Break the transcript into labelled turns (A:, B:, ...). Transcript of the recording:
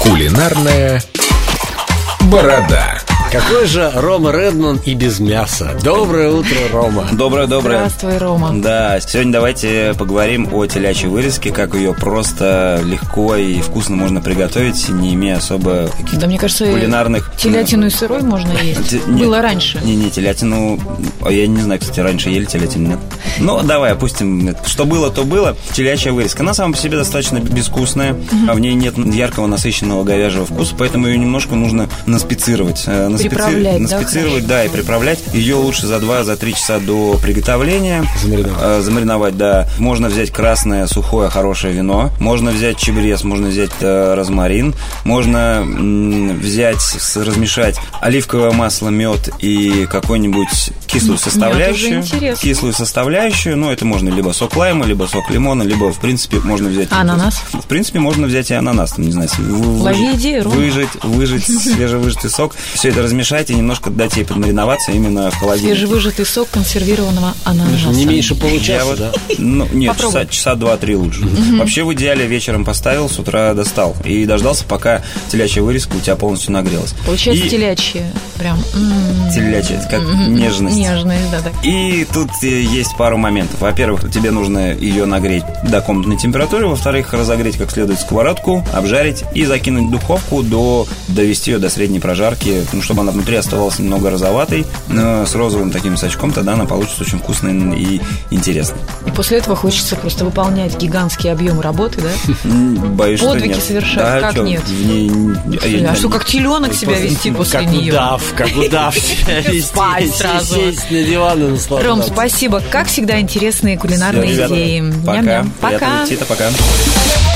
A: Кулинарная борода.
B: Какой же Рома Редман и без мяса. Доброе утро, Рома.
C: Доброе, доброе.
D: Здравствуй, Рома.
C: Да, сегодня давайте поговорим о телячьей вырезке, как ее просто легко и вкусно можно приготовить, не имея особо каких-то
D: Да мне кажется, и
C: кулинарных...
D: телятину и сырой можно
C: Те-
D: есть.
C: нет.
D: Было раньше.
C: Не, не, телятину... а Я не знаю, кстати, раньше ели телятину, нет? Ну, давай, опустим. это. Что было, то было. Телячья вырезка. Она сама по себе достаточно безвкусная. а В ней нет яркого, насыщенного говяжьего вкуса, поэтому ее немножко нужно наспецировать. Э, наспеци-
D: Приправлять, да,
C: наспецировать, да, и приправлять. Ее лучше за 2-3 часа до приготовления.
B: Замариновать.
C: Э, Замариновать, да. Можно взять красное, сухое, хорошее вино. Можно взять чебрец, можно взять э, розмарин. Можно м, взять, с- размешать оливковое масло, мед и какую-нибудь кислую составляющую.
D: интересно.
C: Кислую составляющую. Ну, это можно либо сок лайма, либо сок лимона, либо, в принципе, можно взять...
D: А ананас?
C: В принципе, можно взять и ананас. Там, не знаю, если вы-
D: Лови
C: выжать-
D: идею, Рома.
C: выжать, выжать свежевыжатый сок. Все это размешать и немножко дать ей подмариноваться именно в холодильнике.
D: Свежевыжатый сок консервированного ананаса.
B: Не меньше
C: Я
B: получаса,
C: вот-
B: да?
C: Ну, нет,
D: Попробуй.
C: часа, часа два-три лучше. Вообще, в идеале, вечером поставил, с утра достал. И дождался, пока телячья вырезка у тебя полностью нагрелась.
D: Получается
C: И-
D: телячье. Прям м,
C: Телячья, это как нежность.
D: нежность, да, да.
C: И тут э, есть пару моментов. Во-первых, тебе нужно ее нагреть до комнатной температуры. Во-вторых, разогреть как следует сковородку, обжарить и закинуть в духовку до довести ее до средней прожарки, ну, чтобы она внутри оставалась немного розоватой, но с розовым таким сачком, тогда она получится очень вкусной и интересной.
D: И после этого хочется просто выполнять гигантский объем работы, да?
C: М, Боюсь,
D: Подвиги
C: что нет.
D: совершать, как
C: чё,
D: нет?
C: в ней- а я не
D: А
C: знаю.
D: что, как теленок себя вести после
B: Как
D: нее?
B: удав, как удав себя вести.
D: Спать
B: Сесть-
D: сразу.
B: Сесть на диван и наслаждаться.
D: Ром, спасибо. Как всегда, интересные кулинарные
C: Всё, ребята,
D: идеи.
C: Пока.
D: Ням-ням.
C: Приятного
D: Пока.
C: аппетита, пока.